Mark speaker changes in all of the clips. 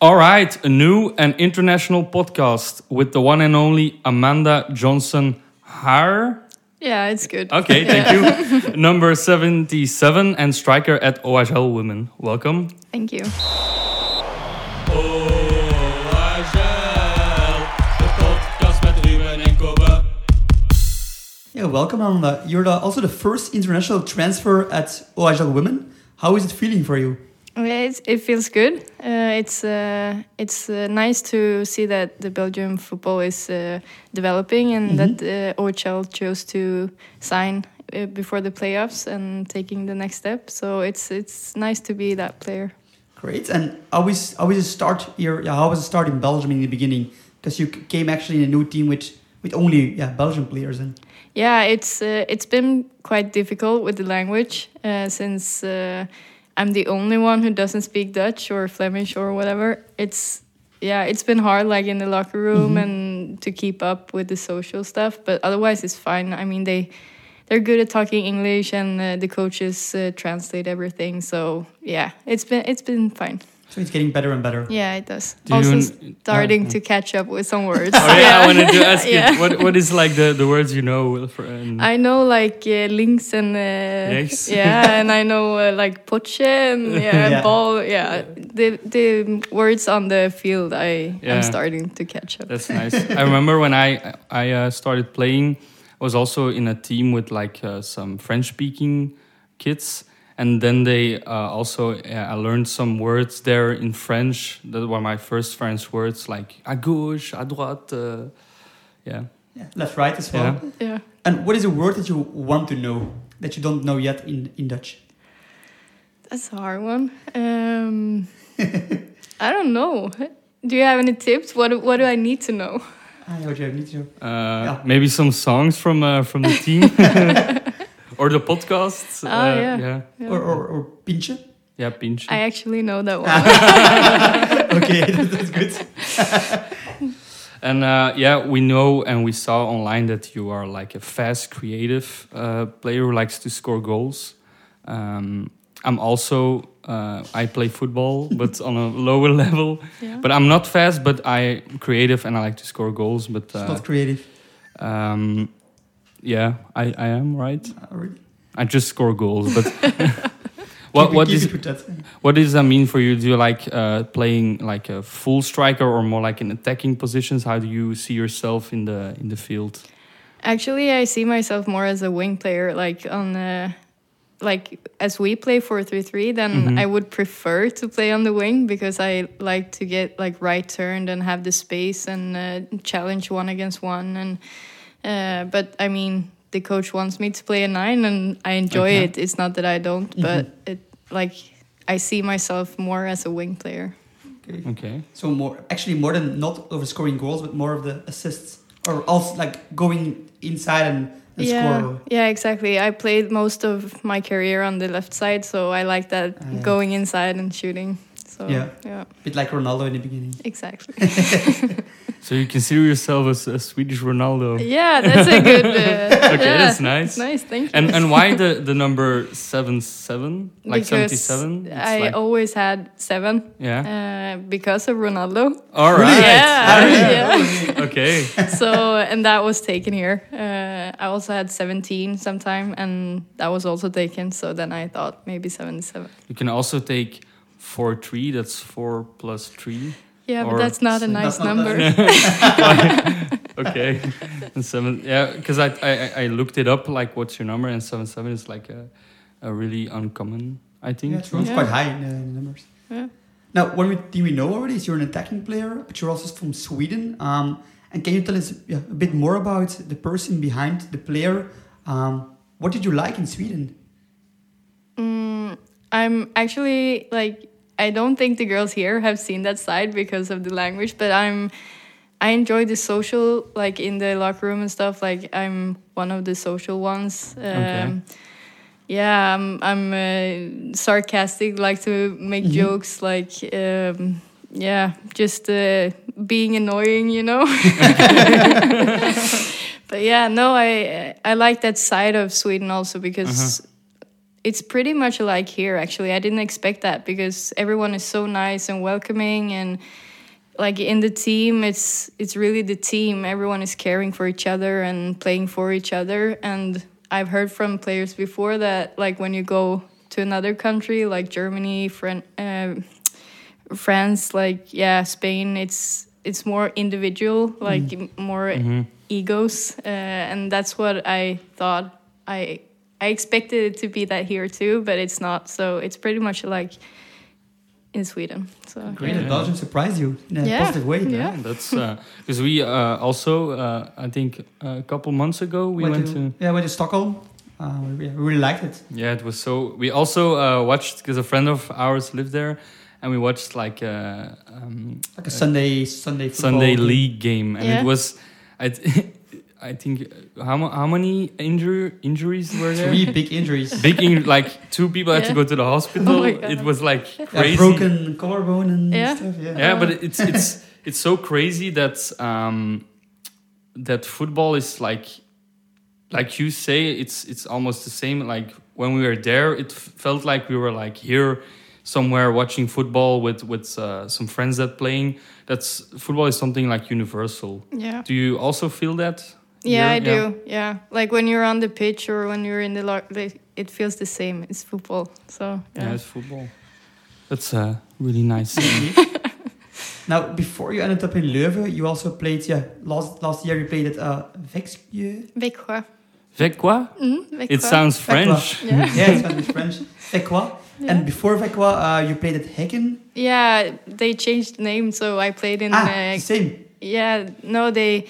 Speaker 1: All right, a new and international podcast with the one and only Amanda Johnson Haar.
Speaker 2: Yeah, it's good.
Speaker 1: Okay, thank you. Number 77 and striker at OHL Women. Welcome.
Speaker 2: Thank you.
Speaker 3: Yeah, welcome, Amanda. You're the, also the first international transfer at OHL Women. How is it feeling for you?
Speaker 2: Yeah, it's, it feels good. Uh, it's uh, it's uh, nice to see that the Belgium football is uh, developing and that uh, OHL chose to sign uh, before the playoffs and taking the next step. So it's it's nice to be that player.
Speaker 3: Great. And how was how was the start here? Yeah, how was the start in Belgium in the beginning? Because you c- came actually in a new team with with only yeah Belgian players and
Speaker 2: Yeah, it's uh, it's been quite difficult with the language uh, since uh, I'm the only one who doesn't speak Dutch or Flemish or whatever. It's yeah, it's been hard like in the locker room
Speaker 1: Mm-hmm.
Speaker 2: and to keep up with the social stuff, but otherwise it's fine. I mean, they they're good at talking English and uh, the coaches uh, translate everything. So, yeah, it's been it's been fine.
Speaker 3: so it's getting better and better.
Speaker 2: Yeah, it does.
Speaker 1: Do you
Speaker 2: also
Speaker 1: n-
Speaker 2: starting to catch up with some words.
Speaker 1: Oh, yeah, I wanted to ask
Speaker 2: Yeah.
Speaker 1: you what, what is like the, the words you know for, and
Speaker 2: I know like uh, links and uh,
Speaker 1: Links.
Speaker 2: yeah, and I know uh, like poche and yeah,
Speaker 3: Yeah.
Speaker 2: ball. Yeah, the the words on the field. I
Speaker 1: Yeah.
Speaker 2: am starting to catch up.
Speaker 1: That's nice. I remember when I I uh, started playing, I was also in a team with like uh, some French speaking kids, and then they uh, also uh, I learned some words there in French. That were my first French words, like à gauche, à droite. Uh, yeah.
Speaker 3: Yeah, left, right as well.
Speaker 1: Yeah.
Speaker 2: Yeah.
Speaker 3: And what is a word that you want to know that you don't know yet in in Dutch?
Speaker 2: That's a hard one. Um, I don't know. Do you have any tips? What do- What do I need to know?
Speaker 3: I know what you need to. know.
Speaker 1: Uh,
Speaker 3: Yeah.
Speaker 1: Maybe some songs from uh, from the team or the podcasts.
Speaker 2: Oh,
Speaker 1: uh,
Speaker 2: yeah.
Speaker 1: yeah.
Speaker 2: Yeah.
Speaker 3: Or or or pinche.
Speaker 1: Yeah, pinch.
Speaker 2: I actually know that one.
Speaker 3: okay, that's good.
Speaker 1: And uh, yeah, we know and we saw online that you are like a fast, creative uh, player who likes to score goals. Um, I'm also uh, I play football, but on a lower level.
Speaker 2: Yeah.
Speaker 1: But I'm not fast, but I creative and I like to score goals. But
Speaker 3: It's
Speaker 1: uh,
Speaker 3: not creative.
Speaker 1: um, yeah, I, I am right.
Speaker 3: Already.
Speaker 1: I just score goals. But what what
Speaker 3: Keep it- keep
Speaker 1: is
Speaker 3: it with that?
Speaker 1: what does that mean for you? Do you like uh, playing like a full striker or more like in attacking positions? How do you see yourself in the in the field?
Speaker 2: Actually, I see myself more as a wing player, like on uh like as we play four three three. Then
Speaker 1: Mhm.
Speaker 2: I would prefer to play on the wing because I like to get like right turned and have the space and uh, challenge one against one. And uh, but I mean, the coach wants me to play a nine, and I enjoy
Speaker 1: Okay.
Speaker 2: it. It's not that I don't, but it like I see myself more as a wing player.
Speaker 3: Okay.
Speaker 1: Okay.
Speaker 3: So more actually more than not over scoring goals, but more of the assists or also like going inside and, and
Speaker 2: yeah,
Speaker 3: score.
Speaker 2: Yeah, exactly. I played most of my career on the left side, so I like that
Speaker 3: Ah, yeah.
Speaker 2: going inside and shooting. So
Speaker 3: Yeah.
Speaker 2: yeah,
Speaker 3: bit like Ronaldo in the beginning.
Speaker 2: exactly.
Speaker 1: So you consider yourself as a Swedish Ronaldo.
Speaker 2: yeah, that's a good. Uh,
Speaker 1: Okay,
Speaker 2: yeah,
Speaker 1: that's nice.
Speaker 2: it's nice. Thank you.
Speaker 1: And and why the the number seven seven like
Speaker 2: Because
Speaker 1: seventy seven?
Speaker 2: I always had seven
Speaker 1: yeah.
Speaker 2: uh, because of Ronaldo.
Speaker 1: All right.
Speaker 2: Yeah, yeah.
Speaker 1: Okay.
Speaker 2: so and that was taken here. Uh, I also had seventeen sometime, and that was also taken. So then I thought maybe seventy-seven.
Speaker 1: You can also take four three. That's four plus three.
Speaker 2: Yeah,
Speaker 1: Or-
Speaker 2: but that's not a
Speaker 3: That's
Speaker 2: nice
Speaker 3: not that-
Speaker 2: number.
Speaker 1: Okay. and seven. Yeah, because I, I I- I looked it up. Like, what's your number? And seven seven is like a a really uncommon. I think.
Speaker 3: Yeah, true. It's
Speaker 2: Yeah.
Speaker 3: quite high in the in the numbers.
Speaker 2: Yeah.
Speaker 3: Now, one we- thing we know already is you're an attacking player, but you're also from Sweden. Um, and can you tell us yeah, a bit more about the person behind the player? Um, what did you like in Sweden?
Speaker 2: Mm, I'm actually like I don't think the girls here have seen that side because of the language, but I'm I enjoy the social like in the locker room and stuff. Like I'm one of the social ones. Um,
Speaker 1: Okay.
Speaker 2: Yeah, I'm I'm uh, sarcastic, like to make jokes, like um, yeah, just uh, being annoying, you know. but yeah, no, I I like that side of Sweden also because it's pretty much like here actually. I didn't expect that because everyone is so nice and welcoming and like in the team it's it's really the team. Everyone is caring for each other and playing for each other and I've heard from players before that like when you go to another country like Germany, Fran- uh, France, like yeah, Spain, it's it's more individual, like m- more egos, uh, and that's what I thought. I I expected it to be that here too, but it's not. So it's pretty much like in Sweden. So
Speaker 3: Great
Speaker 2: yeah.
Speaker 3: that Belgium surprised you in a
Speaker 2: Yeah.
Speaker 3: positive way.
Speaker 2: Yeah.
Speaker 1: Yeah, that's because we uh, also uh, I think a couple months ago we went to
Speaker 3: yeah, went to Stockholm. Uh, we, we really liked it.
Speaker 1: Yeah, it was so. We also uh, watched because a friend of ours lived there, and we watched like a um,
Speaker 3: Like a Sunday Sunday football
Speaker 1: Sunday
Speaker 3: game.
Speaker 1: league game, and
Speaker 2: Yeah.
Speaker 1: it was, I, th- I think how mu- how many injur- injuries were there?
Speaker 3: Three big injuries.
Speaker 1: Big in- like two people had to
Speaker 2: Yeah.
Speaker 1: go to the hospital.
Speaker 2: Oh my God.
Speaker 1: it was like
Speaker 3: Yeah,
Speaker 1: crazy.
Speaker 3: broken collarbone and
Speaker 2: Yeah.
Speaker 3: stuff. Yeah.
Speaker 1: Yeah, but it's it's it's so crazy that um, that football is like like you say it's it's almost the same. Like when we were there, it f- felt like we were like here somewhere watching football with with uh, some friends that playing. That's football is something like universal.
Speaker 2: yeah.
Speaker 1: Do you also feel that?
Speaker 2: Yeah, I
Speaker 1: here?
Speaker 2: do. Yeah. like when you're on the pitch or when you're in the lo- like, it feels the same. It's football. So
Speaker 1: Yeah,
Speaker 2: yeah,
Speaker 1: it's football. That's uh, really nice.
Speaker 3: Now, before you ended up in Leuven, you also played. Yeah, last last year you played at uh, Vexje.
Speaker 2: Växjö.
Speaker 1: Fait quoi?
Speaker 2: Mm, Växjö.
Speaker 1: It sounds
Speaker 3: Fait quoi?
Speaker 1: French.
Speaker 2: Yeah.
Speaker 3: yeah, it's kind of French. Vecqua. And before Vecqua, uh, you played at Hecken.
Speaker 2: Yeah, they changed the name, so I played in.
Speaker 3: ah,
Speaker 2: uh,
Speaker 3: same.
Speaker 2: yeah, no, they,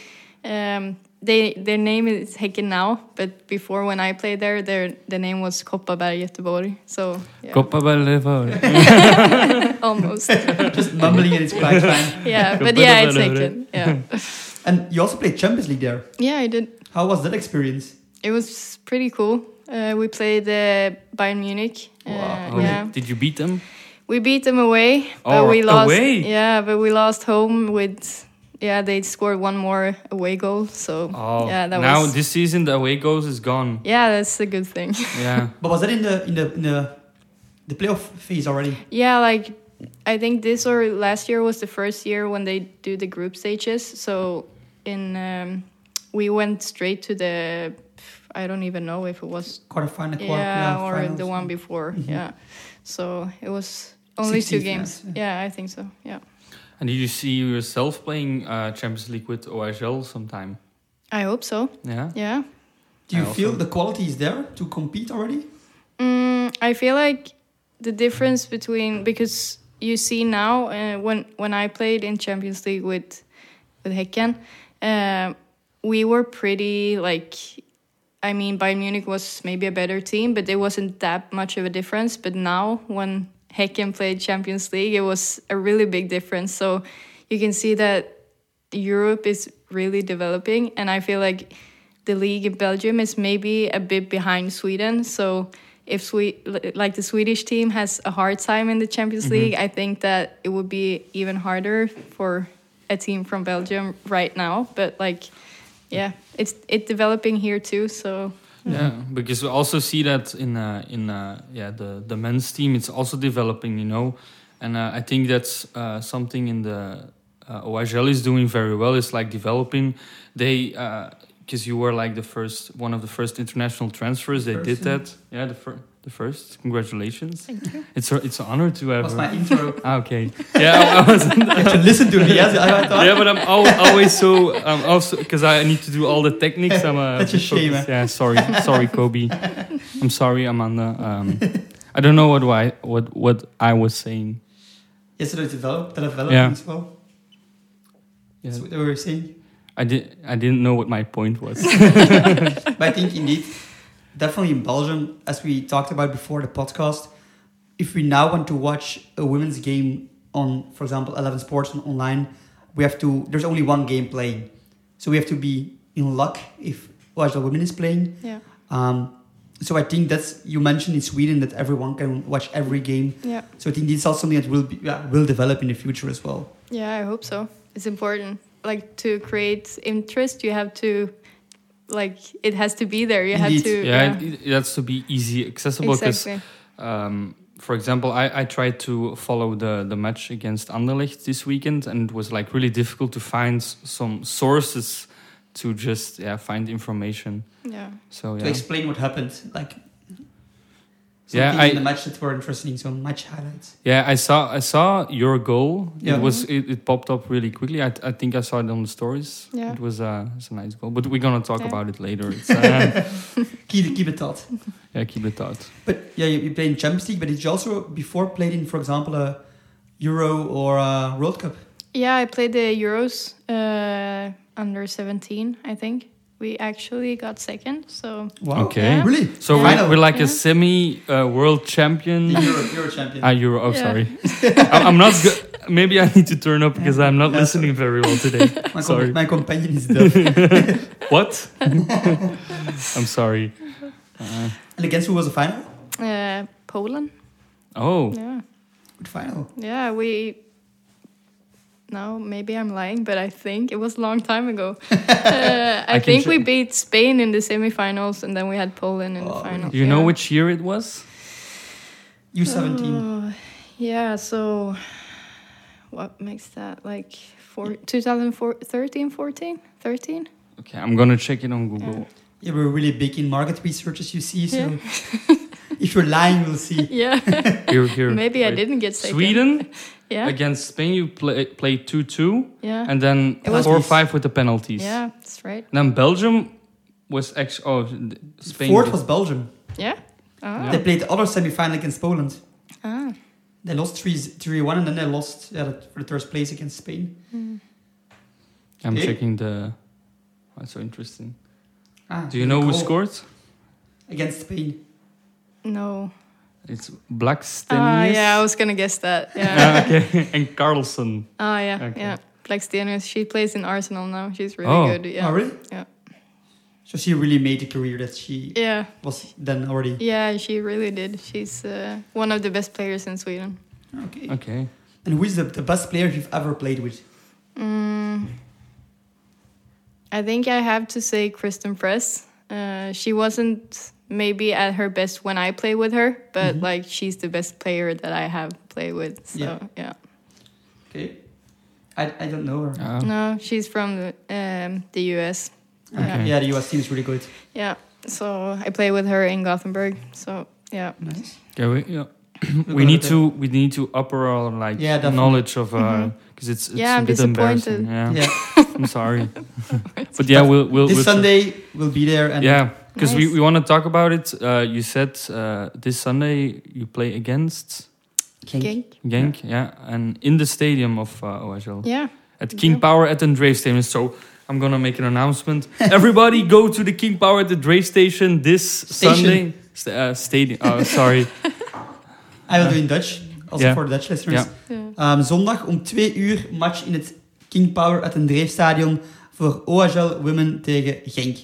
Speaker 2: um, they their name is Häcken now, but before when I played there, their the name was Kopparberg Göteborg. So yeah,
Speaker 1: Copa Balevol.
Speaker 2: almost.
Speaker 3: Just mumbling in its black time.
Speaker 2: yeah, but yeah, it's
Speaker 1: Kopparberg.
Speaker 2: Häcken. Yeah,
Speaker 3: And you also played Champions League there.
Speaker 2: yeah, I did.
Speaker 3: How was that experience?
Speaker 2: It was pretty cool. Uh, we played uh, Bayern Munich. Uh,
Speaker 3: Wow.
Speaker 2: Yeah,
Speaker 1: Oh, Did you beat them?
Speaker 2: we beat them away, but
Speaker 1: Oh,
Speaker 2: we lost.
Speaker 1: away?
Speaker 2: Yeah, but we lost home with. Yeah, they scored one more away goal. So
Speaker 1: Oh,
Speaker 2: yeah, that
Speaker 1: now
Speaker 2: was.
Speaker 1: this season the away goals is gone.
Speaker 2: yeah, that's a good thing.
Speaker 1: Yeah,
Speaker 3: But was that in the in the in the, the playoff phase already?
Speaker 2: Yeah, like I think this or last year was the first year when they do the group stages. So in um, we went straight to the I don't even know if it was
Speaker 3: Quarterfinal,
Speaker 2: yeah,
Speaker 3: quarter,
Speaker 2: or
Speaker 3: finals. Mm-hmm.
Speaker 2: the one before. Yeah. So it was only two
Speaker 3: 16th,
Speaker 2: games.
Speaker 3: yes,
Speaker 2: Yeah. I think so. Yeah.
Speaker 1: and did you see yourself playing uh, Champions League with OHL sometime?
Speaker 2: I hope so.
Speaker 1: Yeah,
Speaker 2: Yeah.
Speaker 3: Do you
Speaker 1: I also-
Speaker 3: feel the quality is there to compete already?
Speaker 2: Mm, I feel like the difference between because you see now uh, when when I played in Champions League with with Hecken, um, we were pretty like. I mean, Bayern Munich was maybe a better team, but it wasn't that much of a difference. But now, when Hecken played Champions League, it was a really big difference. So you can see that Europe is really developing, and I feel like the league in Belgium is maybe a bit behind Sweden. So if Swe- li- like the Swedish team has a hard time in the Champions League, I think that it would be even harder for a team from Belgium right now. But like, yeah, it's it developing here too. So
Speaker 1: yeah, because we also see that in uh, in uh, yeah the the men's team it's also developing, you know, and uh, I think that's uh, something in the uh, OHL is doing very well. It's like developing. They because you were like the first one of the first international transfers. They
Speaker 3: First,
Speaker 1: did
Speaker 3: yeah.
Speaker 1: that. Yeah, the first. The first, congratulations!
Speaker 2: thank you.
Speaker 1: It's a, it's an honor to have.
Speaker 3: That was
Speaker 1: her.
Speaker 3: my intro.
Speaker 1: Ah, okay. Yeah, I- I was
Speaker 3: you have to listen to me. Yes, I thought.
Speaker 1: yeah, but I'm al- always so um, also because I need to do all the techniques. I'm uh,
Speaker 3: That's a shame, eh?
Speaker 1: focused. Yeah, sorry, sorry, Kobe. I'm sorry, Amanda. Um, I don't know what I what what I was saying.
Speaker 3: Yes, it was developed, developing
Speaker 1: Yeah.
Speaker 3: as well.
Speaker 1: Yeah.
Speaker 3: That's what we were saying.
Speaker 1: I did. I didn't know what my point was.
Speaker 3: But I think indeed, definitely in Belgium, as we talked about before the podcast, if we now want to watch a women's game on, for example, Eleven Sports on online, we have to. There's only one game playing, so we have to be in luck if watch the women is playing.
Speaker 2: Yeah,
Speaker 3: Um, so I think that's you mentioned in Sweden that everyone can watch every game.
Speaker 2: yeah,
Speaker 3: So I think this is also something that will be, yeah, will develop in the future as well.
Speaker 2: yeah. I hope so. It's important. Like to create interest, you have to like it has to be there. You have
Speaker 3: Indeed.
Speaker 2: to.
Speaker 1: yeah, It, it has to be easy accessible because
Speaker 2: exactly.
Speaker 1: um, for example I, I tried to follow the, the match against anderlecht this weekend and it was like really difficult to find s- some sources to just yeah find information
Speaker 2: Yeah.
Speaker 1: so
Speaker 3: to
Speaker 1: yeah
Speaker 3: explain what happened, like
Speaker 1: Yeah,
Speaker 3: something
Speaker 1: I-
Speaker 3: in the match that were interesting. So match highlights.
Speaker 1: yeah i saw i saw your goal
Speaker 3: Yeah.
Speaker 1: it was it, it popped up really quickly I, I think i saw it on the stories
Speaker 2: Yeah.
Speaker 1: it was uh, it's a nice goal but we're gonna talk
Speaker 2: Yeah.
Speaker 1: about it later it's uh,
Speaker 3: Keep keep it thought.
Speaker 1: yeah keep it out
Speaker 3: But yeah, you, you play in Champions League, but did you also before played in, for example, a Euro or a World Cup?
Speaker 2: Yeah, I played the Euros uh, under 17, I think. We actually got second, so
Speaker 3: Wow.
Speaker 1: Okay. Yeah.
Speaker 3: Really?
Speaker 1: so
Speaker 3: Final.
Speaker 1: we're, we're like
Speaker 2: Yeah.
Speaker 1: a semi uh, world champion
Speaker 3: The Euro, Euro champion.
Speaker 1: Ah, Euro. Oh,
Speaker 2: Yeah.
Speaker 1: sorry. I- I'm not. Go- Maybe I need to turn up because I'm not
Speaker 3: Yeah,
Speaker 1: listening very well today.
Speaker 3: my,
Speaker 1: sorry.
Speaker 3: my companion is deaf.
Speaker 1: What? I'm sorry. Uh,
Speaker 3: and against who was the final?
Speaker 2: uh, Poland.
Speaker 1: oh,
Speaker 2: Yeah,
Speaker 3: Good final.
Speaker 2: yeah, we. No, maybe I'm lying, but I think it was a long time ago. uh, I,
Speaker 1: can
Speaker 2: think we
Speaker 1: check.
Speaker 2: beat Spain in the semifinals, and then we had Poland in the
Speaker 3: Oh,
Speaker 2: final.
Speaker 1: you know
Speaker 2: yeah.
Speaker 1: which year it was?
Speaker 3: U17.
Speaker 2: Oh, yeah, so what makes that like four, 2013, 14, 13?
Speaker 1: Okay, I'm gonna check it on Google.
Speaker 3: Yeah, we're really big in market research, as you see. So if you're lying, we'll see.
Speaker 2: Yeah,
Speaker 1: Here, here.
Speaker 2: maybe I
Speaker 1: wait.
Speaker 2: didn't get second.
Speaker 1: Sweden
Speaker 2: Yeah,
Speaker 1: against Spain. You play, played two two,
Speaker 2: yeah,
Speaker 1: and then
Speaker 2: It was-
Speaker 1: four five with the penalties.
Speaker 2: yeah. That's right.
Speaker 1: Then Belgium was ex. Oh, th- Spain.
Speaker 3: Fourth
Speaker 1: did-
Speaker 3: was Belgium.
Speaker 2: Yeah. Ah.
Speaker 3: They played the other semi-final against Poland.
Speaker 2: ah.
Speaker 3: They lost 3-1 and then they lost yeah, for the first place against Spain.
Speaker 2: Hmm.
Speaker 1: I'm
Speaker 3: Eh?
Speaker 1: checking the. That's so interesting.
Speaker 3: Ah,
Speaker 1: Do you know who
Speaker 3: goal
Speaker 1: scored?
Speaker 3: Against Spain.
Speaker 2: No.
Speaker 1: It's Blackstenius.
Speaker 2: Ah, yeah. I was gonna guess that. Yeah.
Speaker 1: Ah, okay. and Carlson.
Speaker 2: Ah, yeah.
Speaker 1: Okay.
Speaker 2: Yeah. Blackstenius. She plays in Arsenal now. She's really
Speaker 1: Oh.
Speaker 2: good. Yeah.
Speaker 3: Oh, really?
Speaker 2: Yeah.
Speaker 3: So she really made a career that she
Speaker 2: Yeah.
Speaker 3: was then already.
Speaker 2: Yeah. She really did. She's uh, one of the best players in Sweden.
Speaker 3: Okay.
Speaker 1: Okay.
Speaker 3: And who is the, the best player you've ever played with?
Speaker 2: Mm, I think I have to say Kristen Press. Uh, she wasn't maybe at her best when I play with her, but
Speaker 3: Mhm.
Speaker 1: Mm-hmm.
Speaker 2: like she's the best player that I have played with. So
Speaker 3: Yeah.
Speaker 2: yeah,
Speaker 3: Okay. I, I don't know her.
Speaker 1: Uh,
Speaker 2: no, she's from the, um, the US.
Speaker 1: Okay.
Speaker 3: Yeah, the US team is really good.
Speaker 2: Yeah, so I play with her in Gothenburg. So yeah,
Speaker 3: Nice.
Speaker 1: okay, we, yeah.
Speaker 3: We'll
Speaker 1: we
Speaker 3: go
Speaker 1: need
Speaker 3: to-
Speaker 1: to we need to up our like
Speaker 3: Yeah, definitely.
Speaker 1: knowledge of because
Speaker 2: Mhm.
Speaker 1: it's, it's
Speaker 2: Yeah,
Speaker 1: a
Speaker 2: I'm
Speaker 1: bit embarrassing.
Speaker 2: disappointed.
Speaker 1: Yeah.
Speaker 3: Yeah.
Speaker 1: I'm sorry, but yeah, we'll we'll
Speaker 3: this
Speaker 1: we'll-
Speaker 3: Sunday we'll be there and
Speaker 1: Yeah, because we,
Speaker 2: Nice.
Speaker 1: we want to talk about it. Uh, you said uh, this Sunday you play against
Speaker 2: Genk.
Speaker 1: Genk, yeah, and in the stadium of uh, OHL
Speaker 2: Yeah,
Speaker 1: at King
Speaker 2: Yeah.
Speaker 1: Power at the Drave Station. So I'm gonna make an announcement. Everybody, go to the King Power at the Drave Station this
Speaker 3: Station.
Speaker 1: Sunday. St- uh, stadium. Oh, sorry.
Speaker 3: I will do in Dutch. Also
Speaker 1: Yeah.
Speaker 3: voor for Dutch listeners.
Speaker 1: Ja.
Speaker 2: yeah,
Speaker 3: Um, zondag om 2 uur match in het King Power at een Dreefstadion voor OHL Women tegen Genk.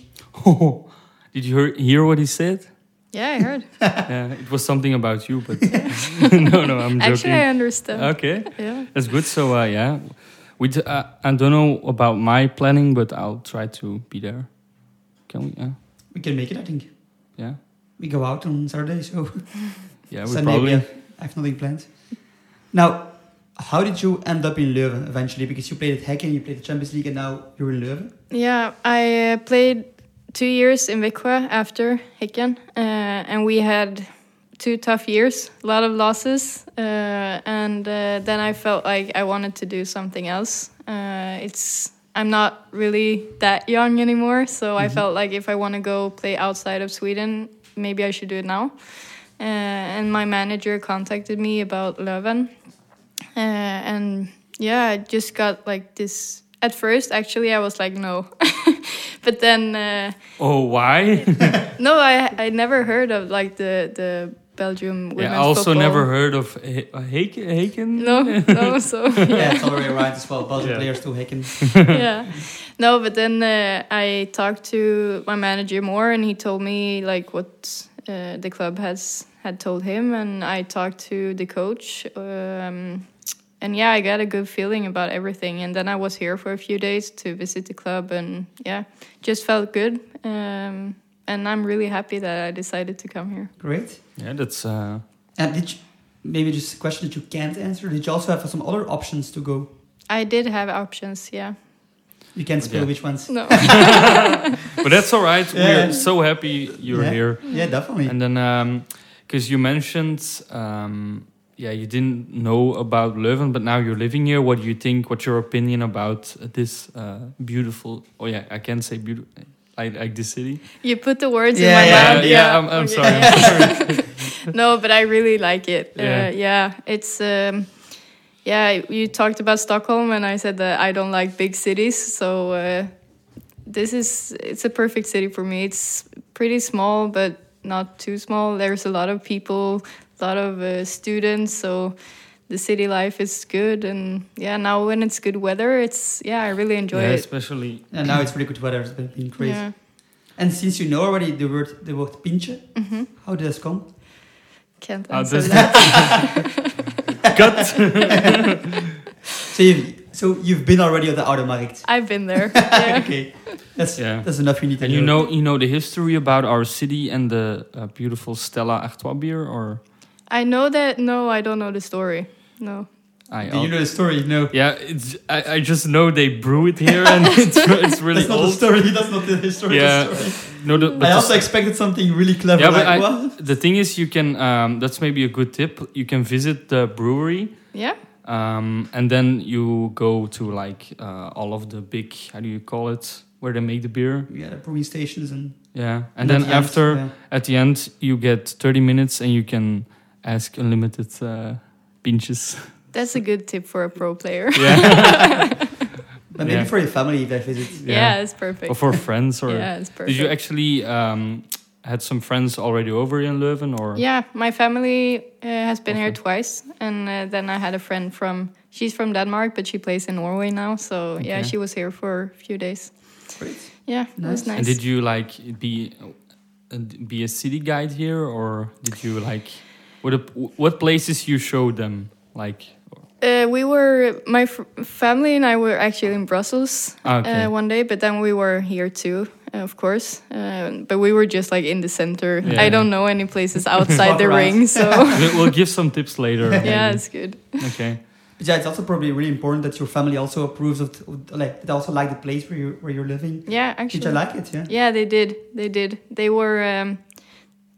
Speaker 1: Did you hear, hear what he said?
Speaker 2: yeah. I heard.
Speaker 1: yeah, it was something about you, but no, no, I'm joking.
Speaker 2: Actually, I understand.
Speaker 1: okay,
Speaker 2: Yeah,
Speaker 1: that's good. So uh, yeah, we d- uh, I don't know about my planning, but I'll try to be there. Can we? Yeah,
Speaker 3: We can make it, I think.
Speaker 1: yeah,
Speaker 3: We go out on Saturday, so
Speaker 1: yeah. We
Speaker 3: Sunday we
Speaker 1: probably.
Speaker 3: have, I have nothing planned. Now, how did you end up in Leuven eventually? Because you played at Hekken, you played the Champions League, and now you're in Leuven.
Speaker 2: yeah. I uh, played two years in Växjö after Häcken, uh, and we had two tough years, a lot of losses, uh, and uh, then I felt like I wanted to do something else. Uh, it's I'm not really that young anymore, so I felt like if I want to go play outside of Sweden, maybe I should do it now. Uh, and my manager contacted me about Leuven, uh, and yeah, I just got like this. At first, actually, I was like no, but then. Uh,
Speaker 1: Oh, why?
Speaker 2: no, I I never heard of like the the Belgium women's
Speaker 1: yeah, I also
Speaker 2: football.
Speaker 1: never heard of uh, He- Heken. Heken?
Speaker 2: No, no, so
Speaker 3: yeah, it's already right as well. Belgian
Speaker 1: Yeah.
Speaker 3: players to Hekken.
Speaker 2: yeah, no. But then uh, I talked to my manager more, and he told me like what uh, the club has had told him, and I talked to the coach um, and yeah, I got a good feeling about everything. And then I was here for a few days to visit the club, and yeah, just felt good. Um, and I'm really happy that I decided to come here.
Speaker 3: Great.
Speaker 1: Yeah, that's uh,
Speaker 3: And did you, maybe just a question that you can't answer? Did you also have some other options to go?
Speaker 2: I did have options, yeah.
Speaker 3: You can't spill
Speaker 1: Yeah.
Speaker 3: which ones.
Speaker 2: No,
Speaker 1: but that's all right.
Speaker 3: Yeah.
Speaker 1: We're so happy you're
Speaker 3: Yeah.
Speaker 1: here.
Speaker 3: Yeah, definitely.
Speaker 1: And then, because you mentioned, um, yeah, you didn't know about Leuven, but now you're living here. What do you think? What's your opinion about this uh, beautiful? Oh yeah, I can say beautiful. Like, like this city.
Speaker 2: you put the words in
Speaker 3: Yeah,
Speaker 2: my
Speaker 3: yeah,
Speaker 2: mouth.
Speaker 1: yeah, I'm, I'm
Speaker 2: Okay.
Speaker 1: sorry. I'm sorry.
Speaker 2: no, but I really like it.
Speaker 1: Yeah.
Speaker 2: Uh, yeah it's um, yeah. You talked about Stockholm, and I said that I don't like big cities, so uh, this is it's a perfect city for me. It's pretty small, but not too small. There's a lot of people, a lot of uh, students, so the city life is good. And yeah, now when it's good weather, it's yeah, I really enjoy
Speaker 1: yeah,
Speaker 2: it.
Speaker 1: especially.
Speaker 3: and now it's really good weather. It's been, been crazy.
Speaker 2: Yeah.
Speaker 3: And since you know already the word the word pinche, how does it come?
Speaker 2: Mm-hmm. Can't
Speaker 1: Ah,
Speaker 2: answer
Speaker 1: this-
Speaker 2: that.
Speaker 3: So you've, so you've been already at the automarkt.
Speaker 2: I've been there. Yeah.
Speaker 3: Okay, that's
Speaker 1: Yeah.
Speaker 3: that's enough. You need to
Speaker 1: And you know, you know the history about our city and the uh, beautiful Stella Artois beer, or
Speaker 2: I know that. No, I don't know the story. No.
Speaker 1: I.
Speaker 3: Do you know the story? No,
Speaker 1: yeah, it's I, I just know they brew it here, and it's, it's really
Speaker 3: that's not the
Speaker 1: old.
Speaker 3: story. That's not the history.
Speaker 1: Yeah,
Speaker 3: The story.
Speaker 1: No, the, but
Speaker 3: I
Speaker 1: the
Speaker 3: also expected something really clever.
Speaker 1: Yeah,
Speaker 3: like,
Speaker 1: but I-
Speaker 3: what?
Speaker 1: The thing is, you can. Um, that's maybe a good tip. You can visit the brewery,
Speaker 2: Yeah.
Speaker 1: um, and then you go to like uh, all of the big. How do you call it? Where they make the beer.
Speaker 3: Yeah, brewing stations and.
Speaker 1: Yeah, and
Speaker 3: at
Speaker 1: then
Speaker 3: the end,
Speaker 1: after,
Speaker 3: yeah.
Speaker 1: at the end, you get thirty minutes, and you can ask unlimited uh, pinches.
Speaker 2: That's a good tip for a pro player.
Speaker 1: Yeah,
Speaker 3: but maybe
Speaker 1: yeah.
Speaker 3: for your family if they visit.
Speaker 1: Yeah.
Speaker 2: Yeah, it's perfect.
Speaker 1: or for friends, or
Speaker 2: yeah, it's perfect.
Speaker 1: did you actually um, had some friends already over in Leuven, or
Speaker 2: yeah, my family uh, has been here
Speaker 1: Okay.
Speaker 2: twice, and uh, then I had a friend from. She's from Denmark, but she plays in Norway now. So yeah,
Speaker 1: Okay.
Speaker 2: she was here for a few days.
Speaker 3: Great.
Speaker 2: Yeah, it was
Speaker 3: Nice.
Speaker 2: nice.
Speaker 1: and did you like be uh, be a city guide here, or did you like what a- what places you showed them? Like
Speaker 2: Uh, we were my f- family and I were actually in Brussels
Speaker 1: ah, Okay.
Speaker 2: uh, one day, but then we were here too, uh, of course. Uh, but we were just like in the center.
Speaker 1: Yeah.
Speaker 2: I don't know any places outside the
Speaker 3: Walk around.
Speaker 2: ring, so
Speaker 1: we- we'll give some tips later.
Speaker 2: yeah,
Speaker 1: maybe.
Speaker 2: it's good.
Speaker 1: Okay.
Speaker 3: But yeah, it's also probably really important that your family also approves of, of like they also like the place where you where you're living.
Speaker 2: Yeah, actually,
Speaker 3: Did you like it? Yeah.
Speaker 2: Yeah, they did. They did. They were, um,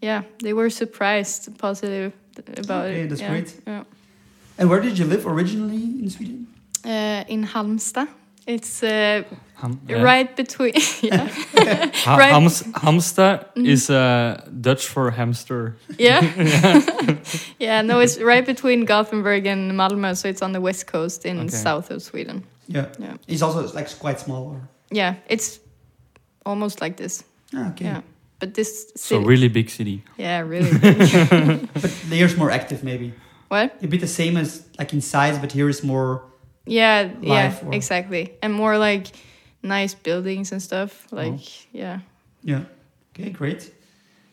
Speaker 2: yeah, they were surprised, positive about
Speaker 3: Okay,
Speaker 2: it.
Speaker 3: that's
Speaker 2: yeah.
Speaker 3: great.
Speaker 2: Yeah.
Speaker 3: And where did you live originally in Sweden?
Speaker 2: Uh, in Halmstad, it's uh,
Speaker 1: Ham- yeah.
Speaker 2: right between. yeah,
Speaker 1: Ha-
Speaker 2: right- Mm-hmm.
Speaker 1: hams- hamster is uh, Dutch for hamster.
Speaker 2: yeah, yeah. No, it's right between Gothenburg and Malmo, so it's on the west coast in
Speaker 1: Okay.
Speaker 2: south of Sweden.
Speaker 3: Yeah.
Speaker 2: Yeah.
Speaker 3: It's also like quite small. Or...
Speaker 2: Yeah, it's almost like this.
Speaker 3: Ah, okay.
Speaker 2: Yeah, but this
Speaker 1: So
Speaker 2: city.
Speaker 1: really big city.
Speaker 2: yeah, really.
Speaker 3: But layers more active maybe.
Speaker 2: what?
Speaker 3: A bit the same as like in size, but here is more.
Speaker 2: Yeah, yeah,
Speaker 3: life or-
Speaker 2: exactly. And more like nice buildings and stuff. Like, yeah.
Speaker 3: Yeah. Okay, great.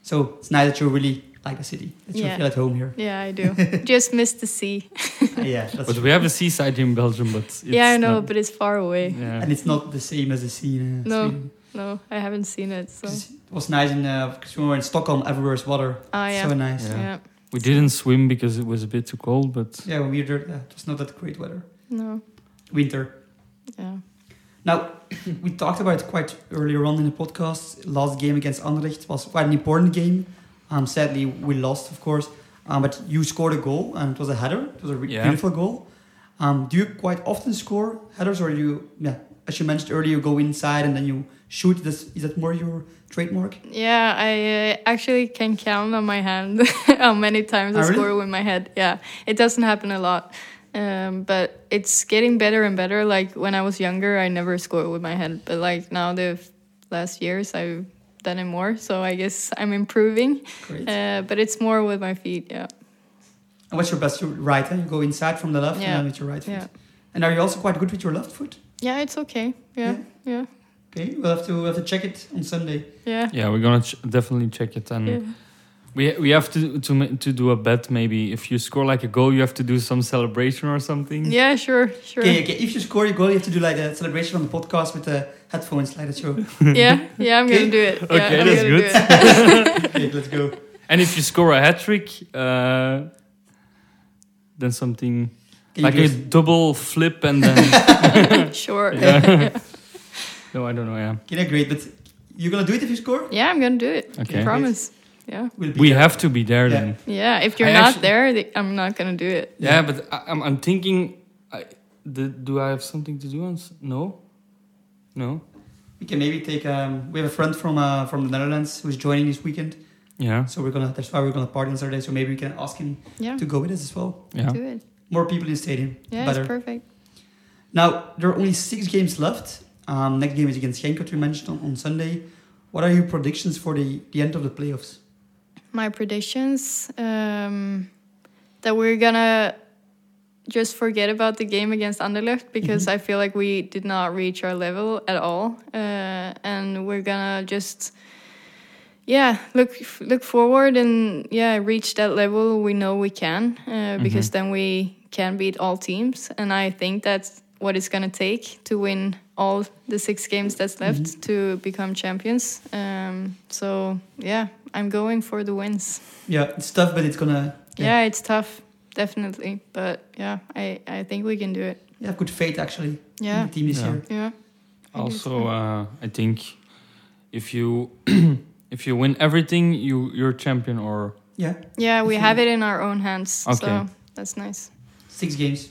Speaker 3: So it's nice that you really like the city. That you
Speaker 2: Yeah.
Speaker 3: feel at home here. Ah,
Speaker 2: Yeah, I do. Just miss the sea.
Speaker 3: yeah. That's
Speaker 1: But we have a seaside in Belgium, but it's
Speaker 2: yeah, I know,
Speaker 1: not-
Speaker 2: but it's far away.
Speaker 1: yeah.
Speaker 3: and it's not the same as the scene.
Speaker 2: No. No, I haven't seen it. So,
Speaker 3: It was nice in uh, 'cause we were in Stockholm. Everywhere is water.
Speaker 2: oh, yeah.
Speaker 3: So nice.
Speaker 1: Yeah.
Speaker 2: yeah.
Speaker 1: we didn't swim because it was a bit too cold. But
Speaker 3: Yeah, when we were there, yeah, it was not that great weather.
Speaker 2: No.
Speaker 3: Winter.
Speaker 2: Yeah.
Speaker 3: Now, we talked about it quite earlier on in the podcast. Last game against Anderlecht was quite an important game. Um, sadly, we lost, of course. Um, but you scored a goal, and it was a header. It was a re-
Speaker 1: Yeah.
Speaker 3: beautiful goal. Um, do you quite often score headers, or you, yeah, as you mentioned earlier, you go inside and then you shoot? This is that more your trademark?
Speaker 2: Yeah, I uh, actually can count on my hand how many times I
Speaker 3: Oh, really?
Speaker 2: score with my head. Yeah, it doesn't happen a lot, um, but it's getting better and better. Like when I was younger, I never scored with my head, but like now the f- last years, I've done it more. So I guess I'm improving,
Speaker 3: Great.
Speaker 2: uh, but it's more with my feet. Yeah,
Speaker 3: and what's your best your right? hand? you go inside from the left,
Speaker 2: Yeah.
Speaker 3: and then with your right foot.
Speaker 2: yeah,
Speaker 3: And are you also quite good with your left foot?
Speaker 2: yeah. It's okay. Yeah, yeah,
Speaker 3: Okay, we'll have to we'll have to check it on Sunday.
Speaker 2: yeah.
Speaker 1: Mm. yeah, we're gonna ch- definitely check it. And
Speaker 2: yeah.
Speaker 1: We, we have to, to ma- to do a bet maybe if you score like a goal you have to do some celebration or something.
Speaker 2: Yeah, sure, sure.
Speaker 3: Okay, okay. If you score your goal, you have to do like a celebration on the podcast with the headphones, like that show.
Speaker 2: yeah, yeah, I'm gonna do it. Yeah,
Speaker 1: Okay,
Speaker 2: I'm
Speaker 1: that's
Speaker 2: gonna
Speaker 1: good.
Speaker 2: Do it.
Speaker 3: okay, let's go.
Speaker 1: And if you score a hat trick, uh, then something
Speaker 3: Can
Speaker 1: like
Speaker 3: you
Speaker 1: a
Speaker 3: do it?
Speaker 1: double flip and then
Speaker 2: sure.
Speaker 1: Yeah.
Speaker 2: Yeah.
Speaker 1: no I don't know yeah.
Speaker 3: Okay, yeah, great. But you're gonna do it if you score.
Speaker 2: I'm gonna do it.
Speaker 1: Okay.
Speaker 2: I promise. Yeah.
Speaker 3: We'll be
Speaker 1: We
Speaker 3: there.
Speaker 1: have to be there then.
Speaker 2: Yeah. If you're
Speaker 1: I
Speaker 2: not
Speaker 1: actually-
Speaker 2: there, th- I'm not gonna do it.
Speaker 1: Yeah, but I, I'm I'm thinking, I, the, do I have something to do on? s- No, no.
Speaker 3: We can maybe take. Um, we have a friend from uh, from the Netherlands who's joining this weekend,
Speaker 1: Yeah,
Speaker 3: so we're gonna. That's why we're gonna party on Saturday. So maybe we can ask him
Speaker 2: Yeah.
Speaker 3: to go with us as well.
Speaker 1: yeah.
Speaker 2: Do it.
Speaker 3: More people in the stadium,
Speaker 2: Yeah,
Speaker 3: better.
Speaker 2: it's perfect.
Speaker 3: Now there are only six games left. Um, next game is against Genk, which we mentioned on, on Sunday. What are your predictions for the, the end of the playoffs?
Speaker 2: My predictions um, that we're gonna just forget about the game against Anderlecht because
Speaker 1: Mm-hmm.
Speaker 2: I feel like we did not reach our level at all, uh, and we're gonna just yeah look look forward and yeah reach that level we know we can uh,
Speaker 1: Mm-hmm.
Speaker 2: because then we can beat all teams, and I think that's what it's gonna take to win all the six games that's left to become champions. Um, so yeah, I'm going for the wins.
Speaker 3: Yeah, it's tough, but it's gonna.
Speaker 2: Yeah, it's tough, definitely. But yeah, I, I think we can do it.
Speaker 3: yeah, have good faith actually.
Speaker 2: Yeah.
Speaker 3: in the team this
Speaker 1: Yeah.
Speaker 3: year.
Speaker 2: Yeah.
Speaker 1: Also, uh, I think if you if you win everything, you you're champion or
Speaker 3: Yeah,
Speaker 2: Yeah, we
Speaker 3: If you-
Speaker 2: have it in our own hands.
Speaker 1: Okay.
Speaker 2: So that's nice.
Speaker 3: six games.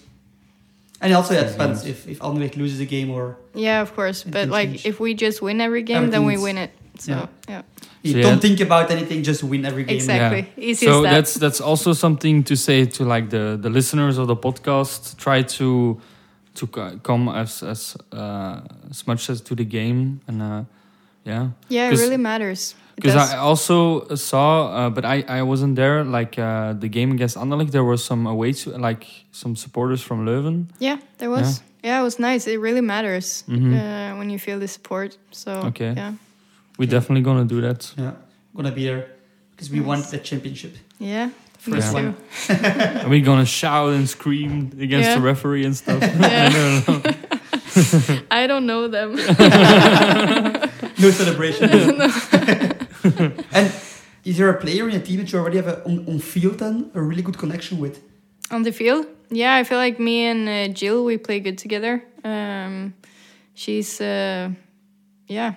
Speaker 3: And also, yeah, it
Speaker 1: Six
Speaker 3: depends if if Anderlecht loses a game or
Speaker 2: Yeah, of course.
Speaker 3: It
Speaker 2: But
Speaker 3: can
Speaker 2: like
Speaker 3: change.
Speaker 2: if we just win every game, then we
Speaker 3: Everything's-
Speaker 2: win it. So
Speaker 3: Yeah.
Speaker 2: yeah.
Speaker 3: you
Speaker 1: So, yeah.
Speaker 3: don't think about anything, just win every game.
Speaker 2: Exactly. Easy
Speaker 1: so
Speaker 2: as that.
Speaker 1: that's that's also something to say to like the the listeners of the podcast. Try to to co- come as as uh, as much as to the game and uh, yeah.
Speaker 2: yeah, it
Speaker 1: 'cause-
Speaker 2: really matters. It
Speaker 1: Because
Speaker 2: does.
Speaker 1: I also saw, uh, but I, I wasn't there. Like uh, the game against Anderlecht, there were some away, su- like some supporters from Leuven.
Speaker 2: yeah, there was. Yeah. it was nice. It really matters
Speaker 1: Mhm.
Speaker 2: uh, when you feel the support. So
Speaker 1: Okay.
Speaker 2: Oh, yeah.
Speaker 1: We're definitely gonna do that.
Speaker 3: Yeah, gonna be there because we want the championship.
Speaker 2: Yeah. me
Speaker 3: First
Speaker 1: Yeah.
Speaker 2: too.
Speaker 3: one.
Speaker 1: and we're gonna shout and scream against
Speaker 2: Yeah.
Speaker 1: the referee and stuff.
Speaker 2: Yeah.
Speaker 1: I don't know.
Speaker 2: I don't know them.
Speaker 3: No celebration. and is there a player in a team that you already have a, on, on field then a really good connection with?
Speaker 2: on the field yeah i feel like me and uh, jill we play good together um she's uh yeah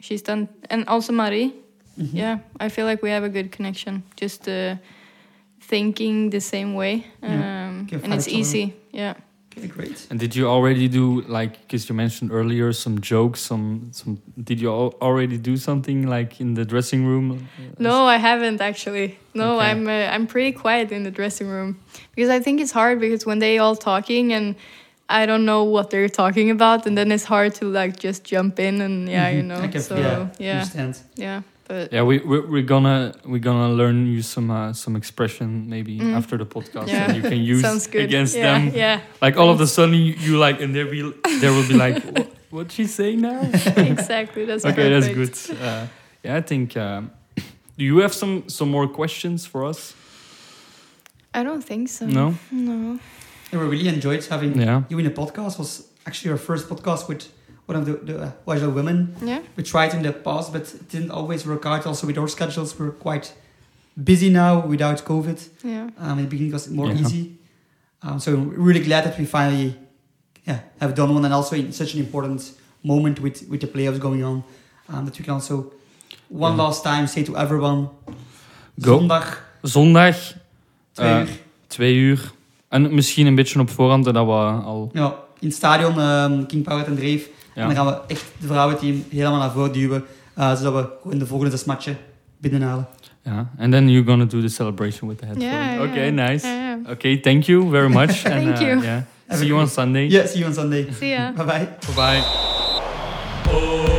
Speaker 2: she's done and also marie
Speaker 3: Mm-hmm.
Speaker 2: yeah i feel like we have a good connection just uh thinking the same way
Speaker 3: Yeah.
Speaker 2: um
Speaker 3: Can
Speaker 2: and it's
Speaker 3: find each other.
Speaker 2: easy yeah
Speaker 3: Okay, great.
Speaker 1: and did you already do like? Because you mentioned earlier some jokes, some some. Did you al- already do something like in the dressing room?
Speaker 2: No, I haven't actually. No,
Speaker 1: Okay.
Speaker 2: I'm uh, I'm pretty quiet in the dressing room because I think it's hard because when they all talking and I don't know what they're talking about and then it's hard to like just jump in and yeah, you
Speaker 1: Mm-hmm.
Speaker 3: Mhm.
Speaker 2: know.
Speaker 3: I can-
Speaker 2: so
Speaker 3: yeah,
Speaker 2: yeah, yeah,
Speaker 3: understand.
Speaker 2: but
Speaker 1: Yeah, we we're, we're gonna we're gonna learn you some uh, some expression maybe
Speaker 2: Mm.
Speaker 1: after the podcast
Speaker 2: Yeah.
Speaker 1: that you can use
Speaker 2: sounds good.
Speaker 1: against
Speaker 2: yeah,
Speaker 1: them.
Speaker 2: Yeah,
Speaker 1: Like all of a sudden you, you like and there will there will be like what, what's she saying now?
Speaker 2: exactly. That's
Speaker 1: okay, that's
Speaker 2: perfect.
Speaker 1: good. Uh, yeah, I think. Um, do you have some some more questions for us?
Speaker 2: I don't think so.
Speaker 1: No.
Speaker 2: No.
Speaker 3: And we really enjoyed having
Speaker 1: Yeah.
Speaker 3: you in a podcast. Was actually our first podcast with one of the, the uh, Wajda women.
Speaker 2: Yeah.
Speaker 3: We tried in the past, but it didn't always work out. Also, with our schedules, we're quite busy now without COVID.
Speaker 2: Yeah.
Speaker 3: Um, in the beginning, it was more
Speaker 1: Yeah.
Speaker 3: easy. Um, so, I'm really glad that we finally yeah, have done one, and also in such an important moment with, with the playoffs going on, um, that we can also one
Speaker 1: Yeah.
Speaker 3: last time say to everyone
Speaker 1: Go.
Speaker 3: zondag
Speaker 1: Zondag
Speaker 3: twee
Speaker 1: Eh,
Speaker 3: uur.
Speaker 1: twee uur. En misschien een beetje op voorhand dat we al.
Speaker 3: Ja, in het stadion ehm, King Power en Dreef.
Speaker 1: Ja.
Speaker 3: En dan gaan we echt de vrouwenteam helemaal naar voren duwen, eh, zodat we gewoon de volgende zes matchen binnenhalen.
Speaker 1: Ja. And then you're gonna do the celebration with the headphone.
Speaker 2: Yeah.
Speaker 1: okay,
Speaker 2: yeah.
Speaker 1: nice.
Speaker 2: Yeah, yeah.
Speaker 1: Okay, thank you very much. and,
Speaker 2: Thank you.
Speaker 1: Yeah. See you on Sunday.
Speaker 3: Yeah, see you on Sunday.
Speaker 2: See ya.
Speaker 3: Bye bye.
Speaker 1: Bye bye.
Speaker 4: Oh,